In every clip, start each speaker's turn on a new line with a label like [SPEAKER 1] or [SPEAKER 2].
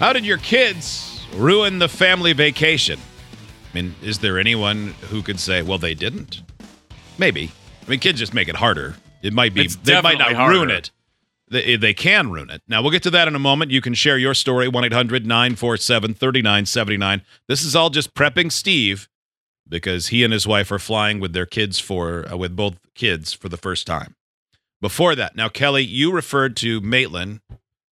[SPEAKER 1] How did your kids ruin the family vacation? I mean, is there anyone who could say, well, they didn't? Maybe. I mean, kids just make it harder. It might be,
[SPEAKER 2] It's
[SPEAKER 1] they might not
[SPEAKER 2] definitely harder.
[SPEAKER 1] ruin it. They, eh, they can ruin it. Now, we'll get to that in a moment. You can share your story, 1 800 947 3979. This is all just prepping Steve because he and his wife are flying with their kids for, uh, with both kids for the first time. Before that, now, Kelly, you referred to Maitland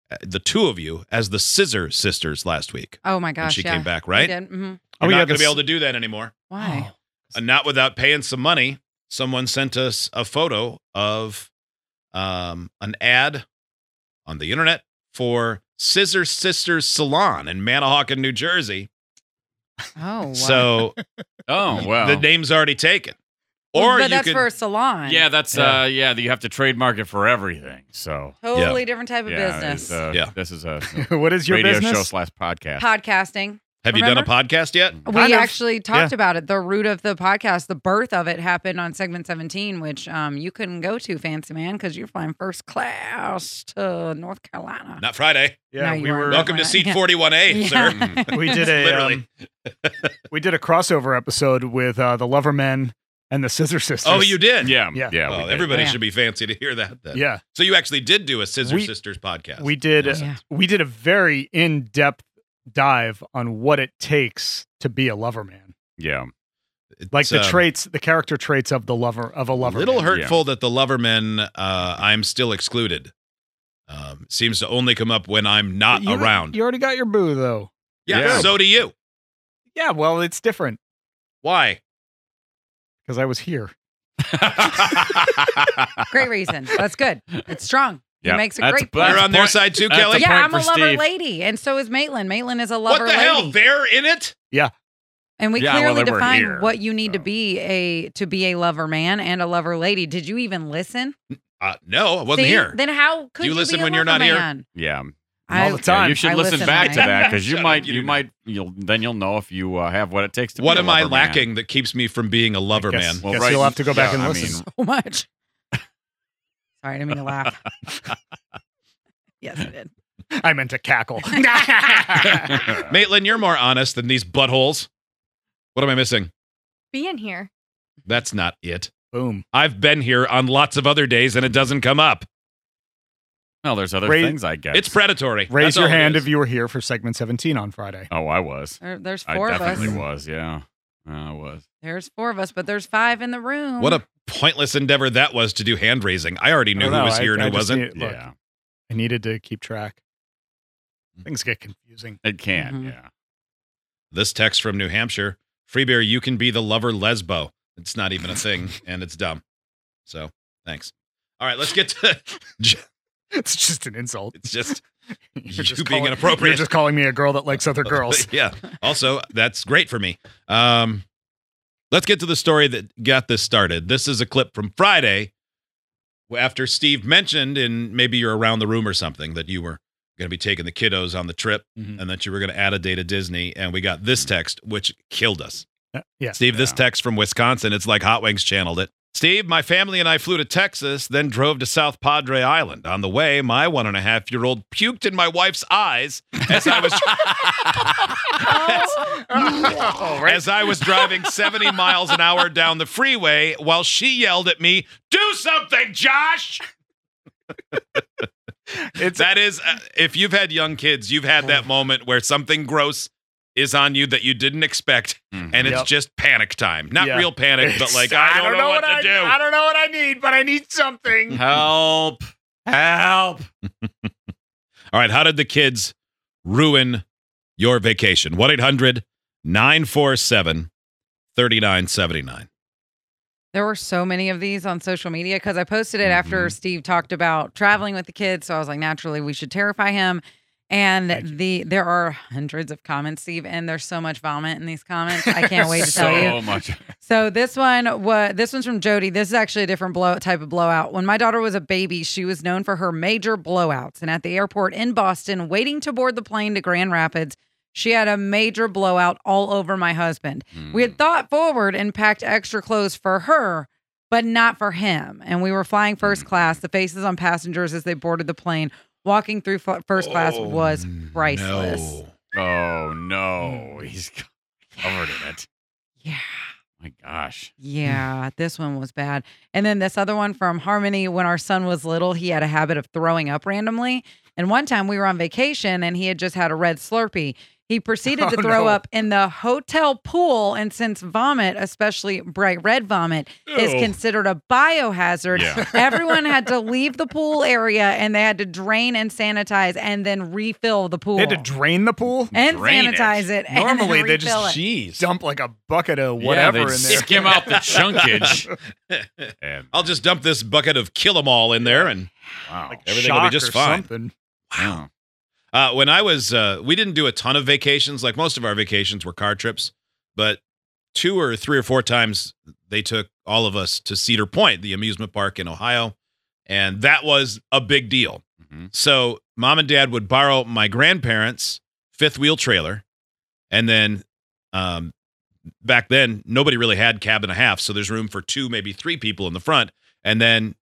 [SPEAKER 1] uh, the two of you as the Scissor Sisters last week.
[SPEAKER 3] Oh my gosh!
[SPEAKER 1] she
[SPEAKER 3] yeah.
[SPEAKER 1] came back, right?
[SPEAKER 3] We did, mhm.
[SPEAKER 1] We're not
[SPEAKER 2] Oh, yeah,
[SPEAKER 1] going to
[SPEAKER 2] this-
[SPEAKER 1] be able to do that anymore.
[SPEAKER 4] Oh.
[SPEAKER 3] Why?
[SPEAKER 1] And not without paying some money. Someone sent us a photo of um, an ad on the internet for Scissor Sisters Salon in Manahawkin, New Jersey.
[SPEAKER 3] Oh, wow.
[SPEAKER 1] So
[SPEAKER 2] Oh wow.
[SPEAKER 1] the name's already taken.
[SPEAKER 3] Well,
[SPEAKER 1] Or
[SPEAKER 3] but
[SPEAKER 1] you
[SPEAKER 3] that's
[SPEAKER 1] could,
[SPEAKER 3] for a salon.
[SPEAKER 2] yeah, that's
[SPEAKER 1] Yeah.
[SPEAKER 2] uh yeah, you have to trademark it for everything. So
[SPEAKER 3] totally different type of
[SPEAKER 2] yeah,
[SPEAKER 3] business.
[SPEAKER 2] it's, uh,
[SPEAKER 1] Yeah.
[SPEAKER 2] This is a
[SPEAKER 4] Oh. what is your
[SPEAKER 2] radio
[SPEAKER 4] business?
[SPEAKER 2] show slash podcast.
[SPEAKER 3] Podcasting.
[SPEAKER 1] have you done a podcast yet?
[SPEAKER 3] we
[SPEAKER 4] Kind of.
[SPEAKER 3] actually talked about it. The root of the podcast, the birth of it, happened on segment 17, which um, you couldn't go to, fancy man, because you're flying first class to North Carolina.
[SPEAKER 1] Not Friday.
[SPEAKER 3] No,
[SPEAKER 4] Yeah,
[SPEAKER 3] you
[SPEAKER 4] we
[SPEAKER 3] weren't.
[SPEAKER 4] were.
[SPEAKER 1] Welcome to
[SPEAKER 3] Yeah.
[SPEAKER 1] seat 41A, sir.
[SPEAKER 3] Yeah.
[SPEAKER 4] we did a
[SPEAKER 1] Literally.
[SPEAKER 4] um, we did a crossover episode with uh, the Lovermen and the Scissor Sisters.
[SPEAKER 1] oh, you did?
[SPEAKER 2] Yeah,
[SPEAKER 4] Yeah.
[SPEAKER 2] yeah. we
[SPEAKER 1] Well,
[SPEAKER 2] did.
[SPEAKER 1] everybody
[SPEAKER 3] Yeah.
[SPEAKER 1] should be fancy to hear that then.
[SPEAKER 4] Yeah,
[SPEAKER 1] So you actually did do a Scissor
[SPEAKER 4] We-
[SPEAKER 1] Sisters podcast.
[SPEAKER 4] we did.
[SPEAKER 1] Yeah.
[SPEAKER 3] Yeah.
[SPEAKER 4] We did a very in-depth dive on what it takes to be a Loverman,
[SPEAKER 2] yeah.
[SPEAKER 1] It's,
[SPEAKER 4] like the
[SPEAKER 1] um,
[SPEAKER 4] traits, the character traits of the lover of a
[SPEAKER 1] A
[SPEAKER 4] lover.
[SPEAKER 1] little
[SPEAKER 4] man.
[SPEAKER 1] hurtful that the Loverman, uh, I'm still excluded. Um, seems to only come up when I'm not
[SPEAKER 4] You-
[SPEAKER 1] around.
[SPEAKER 4] You already got your boo though.
[SPEAKER 1] yeah,
[SPEAKER 2] Yeah.
[SPEAKER 1] so do you.
[SPEAKER 4] Yeah, well, it's different
[SPEAKER 1] Why?
[SPEAKER 4] because I was here.
[SPEAKER 3] Great reason. That's good. It's strong.
[SPEAKER 2] Yeah.
[SPEAKER 3] It makes a
[SPEAKER 2] That's-
[SPEAKER 3] great
[SPEAKER 2] but-
[SPEAKER 3] point.
[SPEAKER 1] You're on their
[SPEAKER 2] point.
[SPEAKER 1] side too,
[SPEAKER 2] That's a
[SPEAKER 1] Kelly.
[SPEAKER 2] point
[SPEAKER 3] yeah, I'm
[SPEAKER 2] for
[SPEAKER 3] a lover
[SPEAKER 2] Steve.
[SPEAKER 3] lady, and so is Maitland. Maitland is a
[SPEAKER 1] What
[SPEAKER 3] lover
[SPEAKER 1] the
[SPEAKER 3] lady.
[SPEAKER 1] hell? They're in it.
[SPEAKER 3] And we
[SPEAKER 2] Yeah, well,
[SPEAKER 3] clearly
[SPEAKER 2] they were
[SPEAKER 3] define
[SPEAKER 2] here,
[SPEAKER 3] what you need to
[SPEAKER 2] so.
[SPEAKER 3] be a to be a lover man and a lover lady. Did you even listen?
[SPEAKER 1] Uh, no, I wasn't
[SPEAKER 3] See?
[SPEAKER 1] here.
[SPEAKER 3] Then how could
[SPEAKER 1] You
[SPEAKER 3] you,
[SPEAKER 1] listen
[SPEAKER 3] be a
[SPEAKER 1] when you're not
[SPEAKER 3] lover
[SPEAKER 1] here?
[SPEAKER 3] man?
[SPEAKER 2] Yeah.
[SPEAKER 3] I-
[SPEAKER 4] All the time.
[SPEAKER 2] you should
[SPEAKER 3] I
[SPEAKER 2] listen,
[SPEAKER 3] listen,
[SPEAKER 2] back to
[SPEAKER 3] Mike.
[SPEAKER 2] that because you
[SPEAKER 1] Shut
[SPEAKER 2] might,
[SPEAKER 1] up, you
[SPEAKER 2] you
[SPEAKER 1] do
[SPEAKER 2] might, you'll then you'll know if you uh, have what it takes to.
[SPEAKER 1] What
[SPEAKER 2] be a
[SPEAKER 1] am I
[SPEAKER 2] lover man.
[SPEAKER 1] lacking that keeps me from being a lover
[SPEAKER 4] I guess,
[SPEAKER 1] man?
[SPEAKER 2] Well,
[SPEAKER 4] guess
[SPEAKER 2] right,
[SPEAKER 4] you'll have to go back
[SPEAKER 2] yeah,
[SPEAKER 4] and
[SPEAKER 2] I
[SPEAKER 4] listen.
[SPEAKER 3] so much. Sorry, I didn't mean to laugh. yes, I did.
[SPEAKER 4] I meant to cackle.
[SPEAKER 1] Maitland, you're more honest than these buttholes. What am I missing?
[SPEAKER 5] being here.
[SPEAKER 1] That's not it.
[SPEAKER 4] Boom.
[SPEAKER 1] I've been here on lots of other days and it doesn't come up.
[SPEAKER 2] well, there's other
[SPEAKER 4] Raise-
[SPEAKER 2] things I guess.
[SPEAKER 1] It's predatory. That's
[SPEAKER 4] Raise your
[SPEAKER 1] all it
[SPEAKER 4] hand
[SPEAKER 1] is.
[SPEAKER 4] if you were here for segment 17 on Friday.
[SPEAKER 2] Oh, I was.
[SPEAKER 3] There, there's
[SPEAKER 2] I
[SPEAKER 3] four of us.
[SPEAKER 2] definitely was. Yeah, I was.
[SPEAKER 3] There's four of us, but there's five in the room.
[SPEAKER 1] What a pointless endeavor that was to do hand raising. I already knew
[SPEAKER 4] I don't
[SPEAKER 1] who
[SPEAKER 4] know,
[SPEAKER 1] was
[SPEAKER 4] I-
[SPEAKER 1] here and
[SPEAKER 4] I
[SPEAKER 1] who
[SPEAKER 4] just
[SPEAKER 1] wasn't.
[SPEAKER 4] need- look,
[SPEAKER 2] Yeah,
[SPEAKER 4] I needed to keep track.
[SPEAKER 1] Hmm.
[SPEAKER 4] Things get confusing.
[SPEAKER 2] it can.
[SPEAKER 3] Mhm.
[SPEAKER 2] Yeah.
[SPEAKER 1] This text from New Hampshire Free beer, you can be the lover lesbo. It's not even a thing and it's dumb. So thanks. All right, let's get to
[SPEAKER 4] It's just an insult.
[SPEAKER 1] it's just
[SPEAKER 4] You're
[SPEAKER 1] You being
[SPEAKER 4] calling,
[SPEAKER 1] inappropriate.
[SPEAKER 4] You're just calling me a girl that likes other girls.
[SPEAKER 1] yeah. Also, that's great for me. Um, let's get to the story that got this started. This is a clip from Friday after Steve mentioned, and maybe you're around the room or something, that you were going to be taking the kiddos on the trip
[SPEAKER 4] Mhm.
[SPEAKER 1] and that you were going to add a day to Disney. And we got this text, which killed us.
[SPEAKER 4] Uh, yeah.
[SPEAKER 1] Steve, this
[SPEAKER 2] Yeah.
[SPEAKER 1] text from Wisconsin, it's like Hot Wings channeled it. Steve, my family and I flew to Texas, then drove to South Padre Island. On the way, my one and a half year old puked in my wife's eyes as I was as I was driving 70 miles an hour down the freeway while she yelled at me, Do something, Josh!
[SPEAKER 4] It's
[SPEAKER 1] That is, uh, if you've had young kids, you've had that moment where something gross is on you that you didn't expect, and it's
[SPEAKER 4] Yep.
[SPEAKER 1] just panic time. Not
[SPEAKER 4] Yeah.
[SPEAKER 1] real panic, but
[SPEAKER 4] it's-
[SPEAKER 1] like, I don't, know, what, to
[SPEAKER 4] I,
[SPEAKER 1] do.
[SPEAKER 4] I don't know what I need, but I need something.
[SPEAKER 2] help! Help!
[SPEAKER 1] All right, how did the kids ruin your vacation? 1 800 947 3979.
[SPEAKER 3] There were so many of these on social media because I posted it after
[SPEAKER 1] Mm-hmm.
[SPEAKER 2] Mhm.
[SPEAKER 3] Steve talked about traveling with the kids. So I was like, naturally, we should terrify him.
[SPEAKER 1] Thank you.
[SPEAKER 3] And the there are hundreds of comments, Steve, and there's so much vomit in these comments. I can't wait to tell you.
[SPEAKER 2] so much.
[SPEAKER 3] So this one was this one's from Jody. This is actually a different blow type of blowout. When my daughter was a baby, she was known for her major blowouts. And at the airport in Boston, waiting to board the plane to Grand Rapids, she had a major blowout all over my husband. We
[SPEAKER 1] Hmm.
[SPEAKER 3] had thought forward and packed extra clothes for her, but not for him. And we were flying
[SPEAKER 1] Hmm.
[SPEAKER 3] first class. The faces on passengers as they boarded the plane, walking through fl- first class
[SPEAKER 1] Oh,
[SPEAKER 3] was priceless.
[SPEAKER 1] no.
[SPEAKER 2] Oh no,
[SPEAKER 1] Mm.
[SPEAKER 2] he's covered in it.
[SPEAKER 3] Yeah.
[SPEAKER 2] My gosh.
[SPEAKER 4] Mm.
[SPEAKER 3] Yeah, this one was bad. And then this other one from Harmony when our son was little, he had a habit of throwing up randomly. And one time we were on vacation and he had just had a red Slurpee. He proceeded to
[SPEAKER 4] Oh,
[SPEAKER 3] throw
[SPEAKER 4] no.
[SPEAKER 3] up in the hotel pool. And since vomit, especially bright red vomit, is
[SPEAKER 1] Ew.
[SPEAKER 3] considered a biohazard,
[SPEAKER 2] Yeah.
[SPEAKER 3] everyone had to leave the pool area and they had to drain and sanitize and then refill the pool
[SPEAKER 4] They had to drain the pool,
[SPEAKER 3] and
[SPEAKER 2] drain it.
[SPEAKER 3] sanitize it. and then
[SPEAKER 4] Normally they just
[SPEAKER 3] refill it.
[SPEAKER 1] Jeez.
[SPEAKER 4] dump like a bucket of
[SPEAKER 2] Yeah,
[SPEAKER 4] whatever
[SPEAKER 2] they'd
[SPEAKER 4] in there.
[SPEAKER 2] Skim out the chunkage. And,
[SPEAKER 1] I'll just dump this bucket of kill 'em all in there and
[SPEAKER 2] wow.
[SPEAKER 4] Like
[SPEAKER 1] Everything will be
[SPEAKER 4] shock
[SPEAKER 1] just
[SPEAKER 4] or
[SPEAKER 1] fine.
[SPEAKER 4] Something.
[SPEAKER 2] wow.
[SPEAKER 1] Uh, when I was, uh, we didn't do a ton of vacations. Like most of our vacations were car trips, but two or three or four times they took all of us to Cedar Point, the amusement park in Ohio. And that was a big deal.
[SPEAKER 2] Mhm.
[SPEAKER 1] So mom and dad would borrow my grandparents' fifth wheel trailer. And then um, back then, nobody really had cab and a half. So there's room for two, maybe three people in the front. And then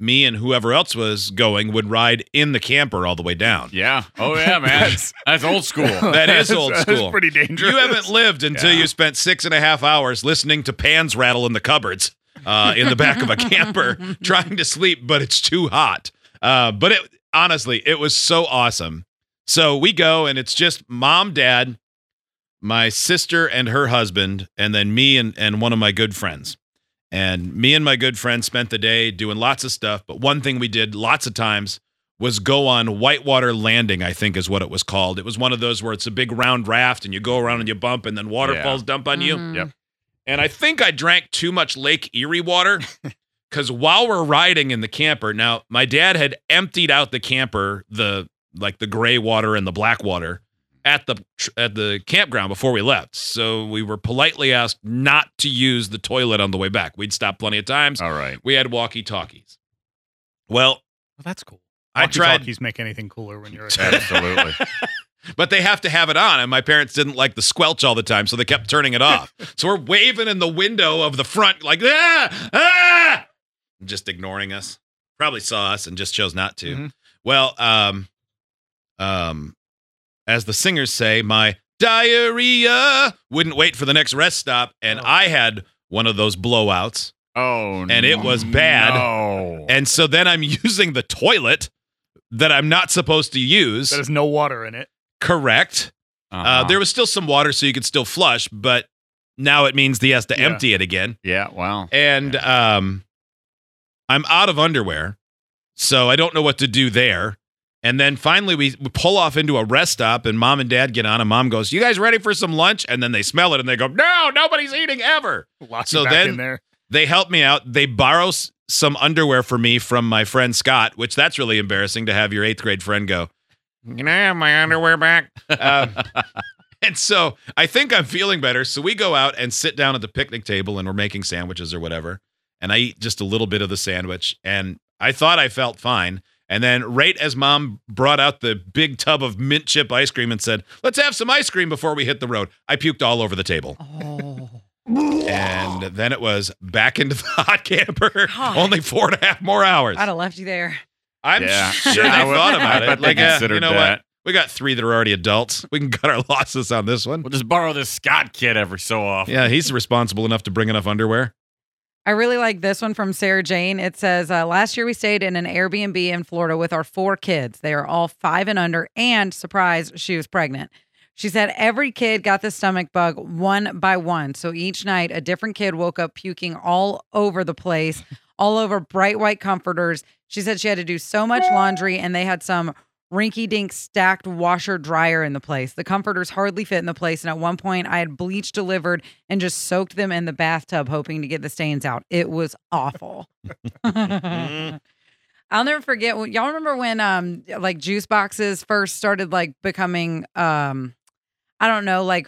[SPEAKER 1] me and whoever else was going would ride in the camper all the way down.
[SPEAKER 2] Yeah. Oh yeah, man.
[SPEAKER 4] That's-
[SPEAKER 2] That's old school.
[SPEAKER 1] That is old school.
[SPEAKER 4] That's pretty dangerous.
[SPEAKER 1] You haven't lived until
[SPEAKER 2] Yeah.
[SPEAKER 1] you spent six and a half hours listening to pans rattle in the cupboards uh, in the back of a camper trying to sleep, but it's too hot. Uh, but it honestly, it was so awesome. So we go, and it's just mom, dad, my sister and her husband, and then me and, and one of my good friends. And me and my good friend spent the day doing lots of stuff. But one thing we did lots of times was go on whitewater landing, I think is what it was called. It was one of those where it's a big round raft and you go around and you bump and then waterfalls dump on you.
[SPEAKER 3] Mhm.
[SPEAKER 2] Yep.
[SPEAKER 1] And I think I drank too much Lake Erie water because while we're riding in the camper, now my dad had emptied out the camper, the like the gray water and the black water at the tr- at the campground before we left. So we were politely asked not to use the toilet on the way back. We'd stopped plenty of times.
[SPEAKER 2] All right.
[SPEAKER 1] We had walkie talkies. Well,
[SPEAKER 4] Well, that's cool.
[SPEAKER 1] I tried,
[SPEAKER 4] He's make anything cooler when you're a kid.
[SPEAKER 2] Absolutely.
[SPEAKER 1] but they have to have it on, and my parents didn't like the squelch all the time, so they kept turning it off. so we're waving in the window of the front, like ah, ah, just ignoring us. Probably saw us and just chose not to.
[SPEAKER 4] Mhm.
[SPEAKER 1] Well, um, um, as the singers say, my diarrhea wouldn't wait for the next rest stop, and
[SPEAKER 4] Oh.
[SPEAKER 1] I had one of those blowouts.
[SPEAKER 2] Oh no. Uh-huh.
[SPEAKER 1] And it was bad.
[SPEAKER 2] No.
[SPEAKER 1] And so then I'm using the toilet that I'm not supposed to use.
[SPEAKER 4] There's no water in it.
[SPEAKER 1] Correct. Uh,
[SPEAKER 2] Uh-huh.
[SPEAKER 1] there was still some water, so you could still flush, but now it means he has to
[SPEAKER 4] Yeah.
[SPEAKER 1] empty it again.
[SPEAKER 2] Yeah, wow.
[SPEAKER 1] And um, I'm out of underwear, so I don't know what to do there. And then finally, we we pull off into a rest stop, and mom and dad get on, and mom goes, "You guys ready for some lunch?" And then they smell it, and they go, "No, nobody's eating ever."
[SPEAKER 4] Lock
[SPEAKER 1] So
[SPEAKER 4] you back
[SPEAKER 1] then-
[SPEAKER 4] in there.
[SPEAKER 1] They help me out. They borrow s- some underwear for me from my friend Scott, which that's really embarrassing to have your eighth grade friend go, Can I have my underwear back? Um, and so I think I'm feeling better. So we go out and sit down at the picnic table and we're making sandwiches or whatever. And I eat just a little bit of the sandwich. And I thought I felt fine. And then, right as mom brought out the big tub of mint chip ice cream and said, Let's have some ice cream before we hit the road, I puked all over the table.
[SPEAKER 3] Oh.
[SPEAKER 1] And then it was back into the hot camper.
[SPEAKER 3] God.
[SPEAKER 1] Only four and a half more hours.
[SPEAKER 3] I'd have left you there.
[SPEAKER 1] I'm
[SPEAKER 2] yeah.
[SPEAKER 1] sure
[SPEAKER 2] yeah,
[SPEAKER 1] they
[SPEAKER 2] I would-
[SPEAKER 1] thought about
[SPEAKER 2] I
[SPEAKER 1] it.
[SPEAKER 2] bet they
[SPEAKER 1] Like, uh,
[SPEAKER 2] considered
[SPEAKER 1] you know
[SPEAKER 2] that.
[SPEAKER 1] what? We got three that are already adults. We can cut our losses on this one.
[SPEAKER 2] We'll just borrow this Scott kid every so often.
[SPEAKER 1] Yeah, he's responsible enough to bring enough underwear.
[SPEAKER 3] I really like this one from Sarah Jane. It says, uh, Last year we stayed in an Airbnb in Florida with our four kids. They are all five and under, and surprise, she was pregnant. She said every kid got the stomach bug one by one. So each night, a different kid woke up puking all over the place, all over bright white comforters. She said she had to do so much laundry, and they had some rinky dink stacked washer dryer in the place. The comforters hardly fit in the place. And at one point, I had bleach delivered and just soaked them in the bathtub, hoping to get the stains out. It was awful. uh, I'll never forget. when- Y'all remember when um like juice boxes first started like becoming um I don't know like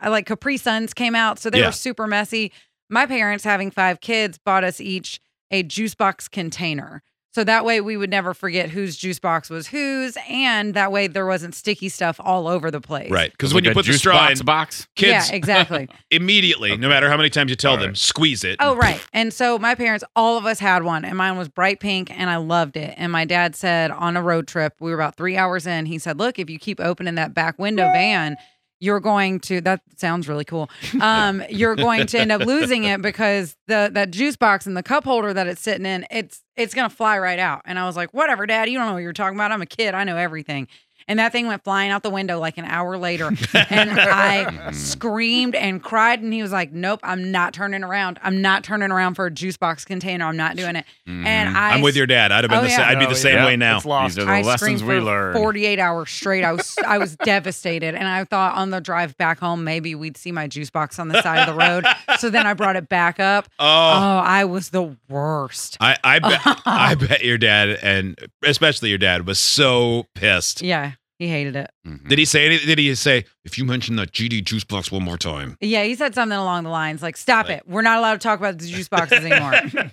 [SPEAKER 3] I like Capri Suns came out, so they
[SPEAKER 1] Yeah.
[SPEAKER 3] were super messy. My parents, having five kids, bought us each a juice box container. So that way we would never forget whose juice box was whose, and that way there wasn't sticky stuff all over the place.
[SPEAKER 1] Right. Because when you put the
[SPEAKER 2] juice
[SPEAKER 1] straw
[SPEAKER 2] box
[SPEAKER 1] in,
[SPEAKER 2] box,
[SPEAKER 1] kids
[SPEAKER 3] Yeah, exactly.
[SPEAKER 1] immediately, no matter how many times you tell
[SPEAKER 2] All
[SPEAKER 1] them,
[SPEAKER 2] right.
[SPEAKER 1] squeeze it.
[SPEAKER 3] Oh, right. And so my parents, all of us had one, and mine was bright pink, and I loved it. And my dad said on a road trip, we were about three hours in, he said, Look, if you keep opening that back window van, you're going to that sounds really cool. Um, you're going to end up losing it because the that juice box and the cup holder that it's sitting in, it's it's gonna fly right out. And I was like, Whatever, Dad, you don't know what you're talking about. I'm a kid, I know everything. And that thing went flying out the window like an hour later. And I
[SPEAKER 2] Mm-hmm.
[SPEAKER 3] screamed and cried. And he was like, Nope, I'm not turning around. I'm not turning around for a juice box container. I'm not doing it.
[SPEAKER 2] Mm-hmm.
[SPEAKER 3] And I
[SPEAKER 1] I'm with your dad. I'd have been
[SPEAKER 3] Oh,
[SPEAKER 1] the sa-
[SPEAKER 3] yeah.
[SPEAKER 1] I'd be
[SPEAKER 4] No,
[SPEAKER 1] the same
[SPEAKER 4] yeah.
[SPEAKER 1] way now.
[SPEAKER 4] It's lost.
[SPEAKER 2] These are the
[SPEAKER 3] I
[SPEAKER 2] lessons
[SPEAKER 3] screamed
[SPEAKER 2] we
[SPEAKER 3] for
[SPEAKER 2] learned.
[SPEAKER 3] 48 hours straight. I was I was devastated. And I thought on the drive back home, maybe we'd see my juice box on the side of the road. So then I brought it back up. Oh,
[SPEAKER 1] Oh,
[SPEAKER 3] I was the worst.
[SPEAKER 1] I, I bet I bet your dad and especially your dad was so pissed.
[SPEAKER 3] Yeah, he hated it.
[SPEAKER 2] Mhm.
[SPEAKER 1] Did he say anything? Did he say if you mention that GD juice box one more time?
[SPEAKER 3] Yeah, he said something along the lines like, "Stop it! We're not allowed to talk about the juice boxes anymore."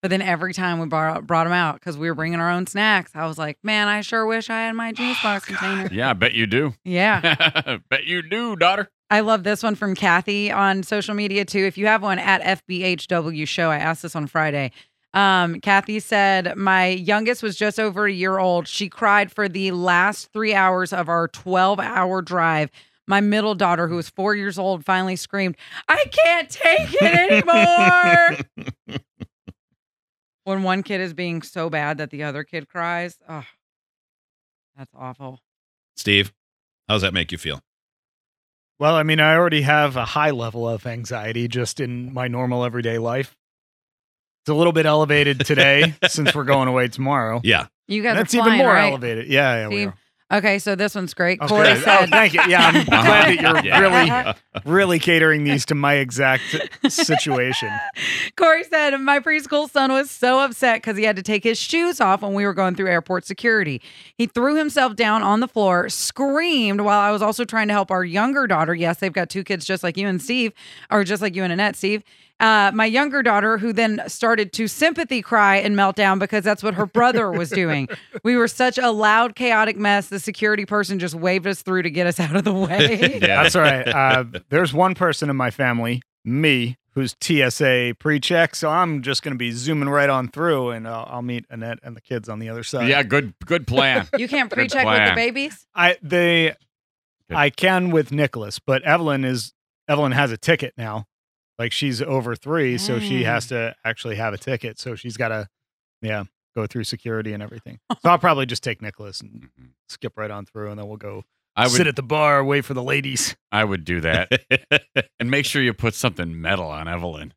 [SPEAKER 3] but then every time we brought brought them out because we were bringing our own snacks, I was like, "Man, I sure wish I had my juice box container."
[SPEAKER 2] Yeah, I bet you do.
[SPEAKER 3] Yeah,
[SPEAKER 2] bet you do, daughter.
[SPEAKER 3] I love this one from Kathy on social media too. If you have one at FBHW show, I asked this on Friday. Um, Kathy said, My youngest was just over a year old. She cried for the last three hours of our 12 hour drive. My middle daughter, who was four years old, finally screamed, I can't take it anymore. when one kid is being so bad that the other kid cries, oh, that's awful.
[SPEAKER 1] Steve, how does that make you feel?
[SPEAKER 4] Well, I mean, I already have a high level of anxiety just in my normal everyday life. It's a little bit elevated today since we're going away tomorrow.
[SPEAKER 1] Yeah.
[SPEAKER 3] You guys
[SPEAKER 4] And That's
[SPEAKER 3] are
[SPEAKER 4] even
[SPEAKER 3] flying,
[SPEAKER 4] more
[SPEAKER 3] right?
[SPEAKER 4] elevated. Yeah, yeah, we
[SPEAKER 3] Steve?
[SPEAKER 4] are.
[SPEAKER 3] Okay, so this one's great.
[SPEAKER 4] Oh,
[SPEAKER 3] Corey
[SPEAKER 4] good. Oh,
[SPEAKER 3] said, Uh-huh.
[SPEAKER 4] thank you. Yeah, I'm glad that you're
[SPEAKER 2] Yeah.
[SPEAKER 4] really, really catering these to my exact situation.
[SPEAKER 3] Corey said, My preschool son was so upset because he had to take his shoes off when we were going through airport security. He threw himself down on the floor, screamed while I was also trying to help our younger daughter. Yes, they've got two kids just like you and Steve, or just like you and Annette, Steve. Uh, my younger daughter, who then started to sympathy cry and meltdown because that's what her brother was doing. We were such a loud, chaotic mess. The security person just waved us through to get us out of the way.
[SPEAKER 4] That's all right. Uh, there's one person in my family, me, who's TSA pre-check, so I'm just going to be zooming right on through, and I'll, I'll meet Annette and the kids on the other side.
[SPEAKER 2] Yeah, good good plan.
[SPEAKER 3] You can't
[SPEAKER 2] Good
[SPEAKER 3] pre check with the
[SPEAKER 2] plan.
[SPEAKER 3] babies?
[SPEAKER 4] I they,
[SPEAKER 2] Good.
[SPEAKER 4] I can with Nicholas, but Evelyn is Evelyn has a ticket now. Like she's over three, so she
[SPEAKER 3] Mm.
[SPEAKER 4] has to actually have a ticket. So she's got to, yeah, go through security and everything. So I'll probably just take Nicholas and skip right on through, and then we'll go
[SPEAKER 2] Mm-hmm. I
[SPEAKER 4] sit
[SPEAKER 2] would
[SPEAKER 4] at the bar, wait for the ladies.
[SPEAKER 2] I would do that. and make sure you put something metal on Evelyn.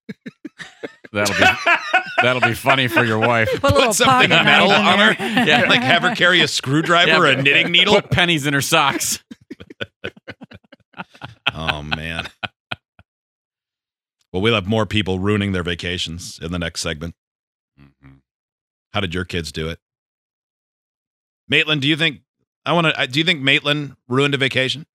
[SPEAKER 2] That'll be that'll be funny for your wife.
[SPEAKER 3] Put, a little
[SPEAKER 1] something
[SPEAKER 3] pocket
[SPEAKER 1] metal
[SPEAKER 3] knife in
[SPEAKER 1] on her?
[SPEAKER 3] there.
[SPEAKER 2] Yeah.
[SPEAKER 1] Like have her carry a
[SPEAKER 2] Yeah,
[SPEAKER 1] screwdriver, or a
[SPEAKER 2] but-
[SPEAKER 1] knitting needle.
[SPEAKER 2] Put pennies in her socks.
[SPEAKER 1] oh man. Well, we'll have more people ruining their vacations in the next segment. Mm-hmm. How did your kids do it? Maitland, do you think I want to? Do you think Maitland ruined a vacation?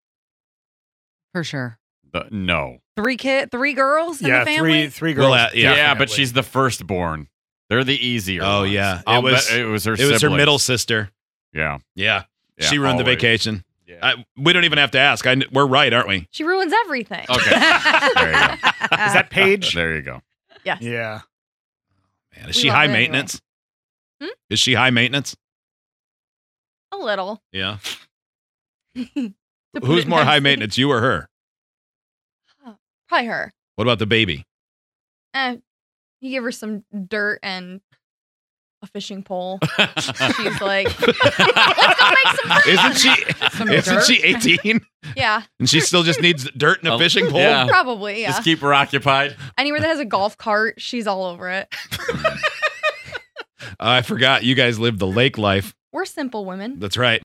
[SPEAKER 3] For sure.
[SPEAKER 2] But no.
[SPEAKER 3] Three kid, three girls in
[SPEAKER 4] yeah,
[SPEAKER 3] the family.
[SPEAKER 4] three three girls.
[SPEAKER 1] Well, uh, yeah.
[SPEAKER 2] Yeah,
[SPEAKER 4] definitely.
[SPEAKER 2] but she's the firstborn. They're the easier.
[SPEAKER 1] Oh,
[SPEAKER 2] ones.
[SPEAKER 1] yeah. It
[SPEAKER 2] I'll
[SPEAKER 1] was-
[SPEAKER 2] bet it was her.
[SPEAKER 1] It was her
[SPEAKER 2] siblings.
[SPEAKER 1] middle sister.
[SPEAKER 2] Yeah,
[SPEAKER 1] Yeah,
[SPEAKER 2] yeah,
[SPEAKER 1] she ruined the
[SPEAKER 2] always.
[SPEAKER 1] vacation.
[SPEAKER 2] Yeah.
[SPEAKER 1] I, we don't even have to ask. I, kn- we're right, aren't we?
[SPEAKER 5] She ruins everything.
[SPEAKER 2] okay, There you
[SPEAKER 4] is that Paige?
[SPEAKER 2] there you go.
[SPEAKER 5] Yes.
[SPEAKER 4] yeah,
[SPEAKER 1] Man, is
[SPEAKER 5] We
[SPEAKER 1] she
[SPEAKER 5] love
[SPEAKER 1] high
[SPEAKER 5] her anyway.
[SPEAKER 1] maintenance?
[SPEAKER 5] Hmm?
[SPEAKER 1] Is she high maintenance?
[SPEAKER 5] A little.
[SPEAKER 1] Yeah.
[SPEAKER 5] to put
[SPEAKER 1] Who's
[SPEAKER 5] it
[SPEAKER 1] more high
[SPEAKER 5] nicely.
[SPEAKER 1] maintenance, you or her?
[SPEAKER 5] Probably her.
[SPEAKER 1] What about the baby?
[SPEAKER 5] Eh, you give her some dirt and a fishing pole. She's like, let's go make some fun.
[SPEAKER 1] Isn't she?
[SPEAKER 3] Some
[SPEAKER 1] Isn't
[SPEAKER 3] dirt?
[SPEAKER 1] she 18?
[SPEAKER 5] Yeah,
[SPEAKER 1] And she still just needs dirt and a
[SPEAKER 2] Oh,
[SPEAKER 1] fishing pole.
[SPEAKER 2] yeah.
[SPEAKER 5] probably. Yeah.
[SPEAKER 2] Just keep her occupied.
[SPEAKER 5] Anywhere that has a golf cart, she's all over it.
[SPEAKER 1] I forgot you guys live the lake life.
[SPEAKER 5] We're simple women.
[SPEAKER 1] That's right.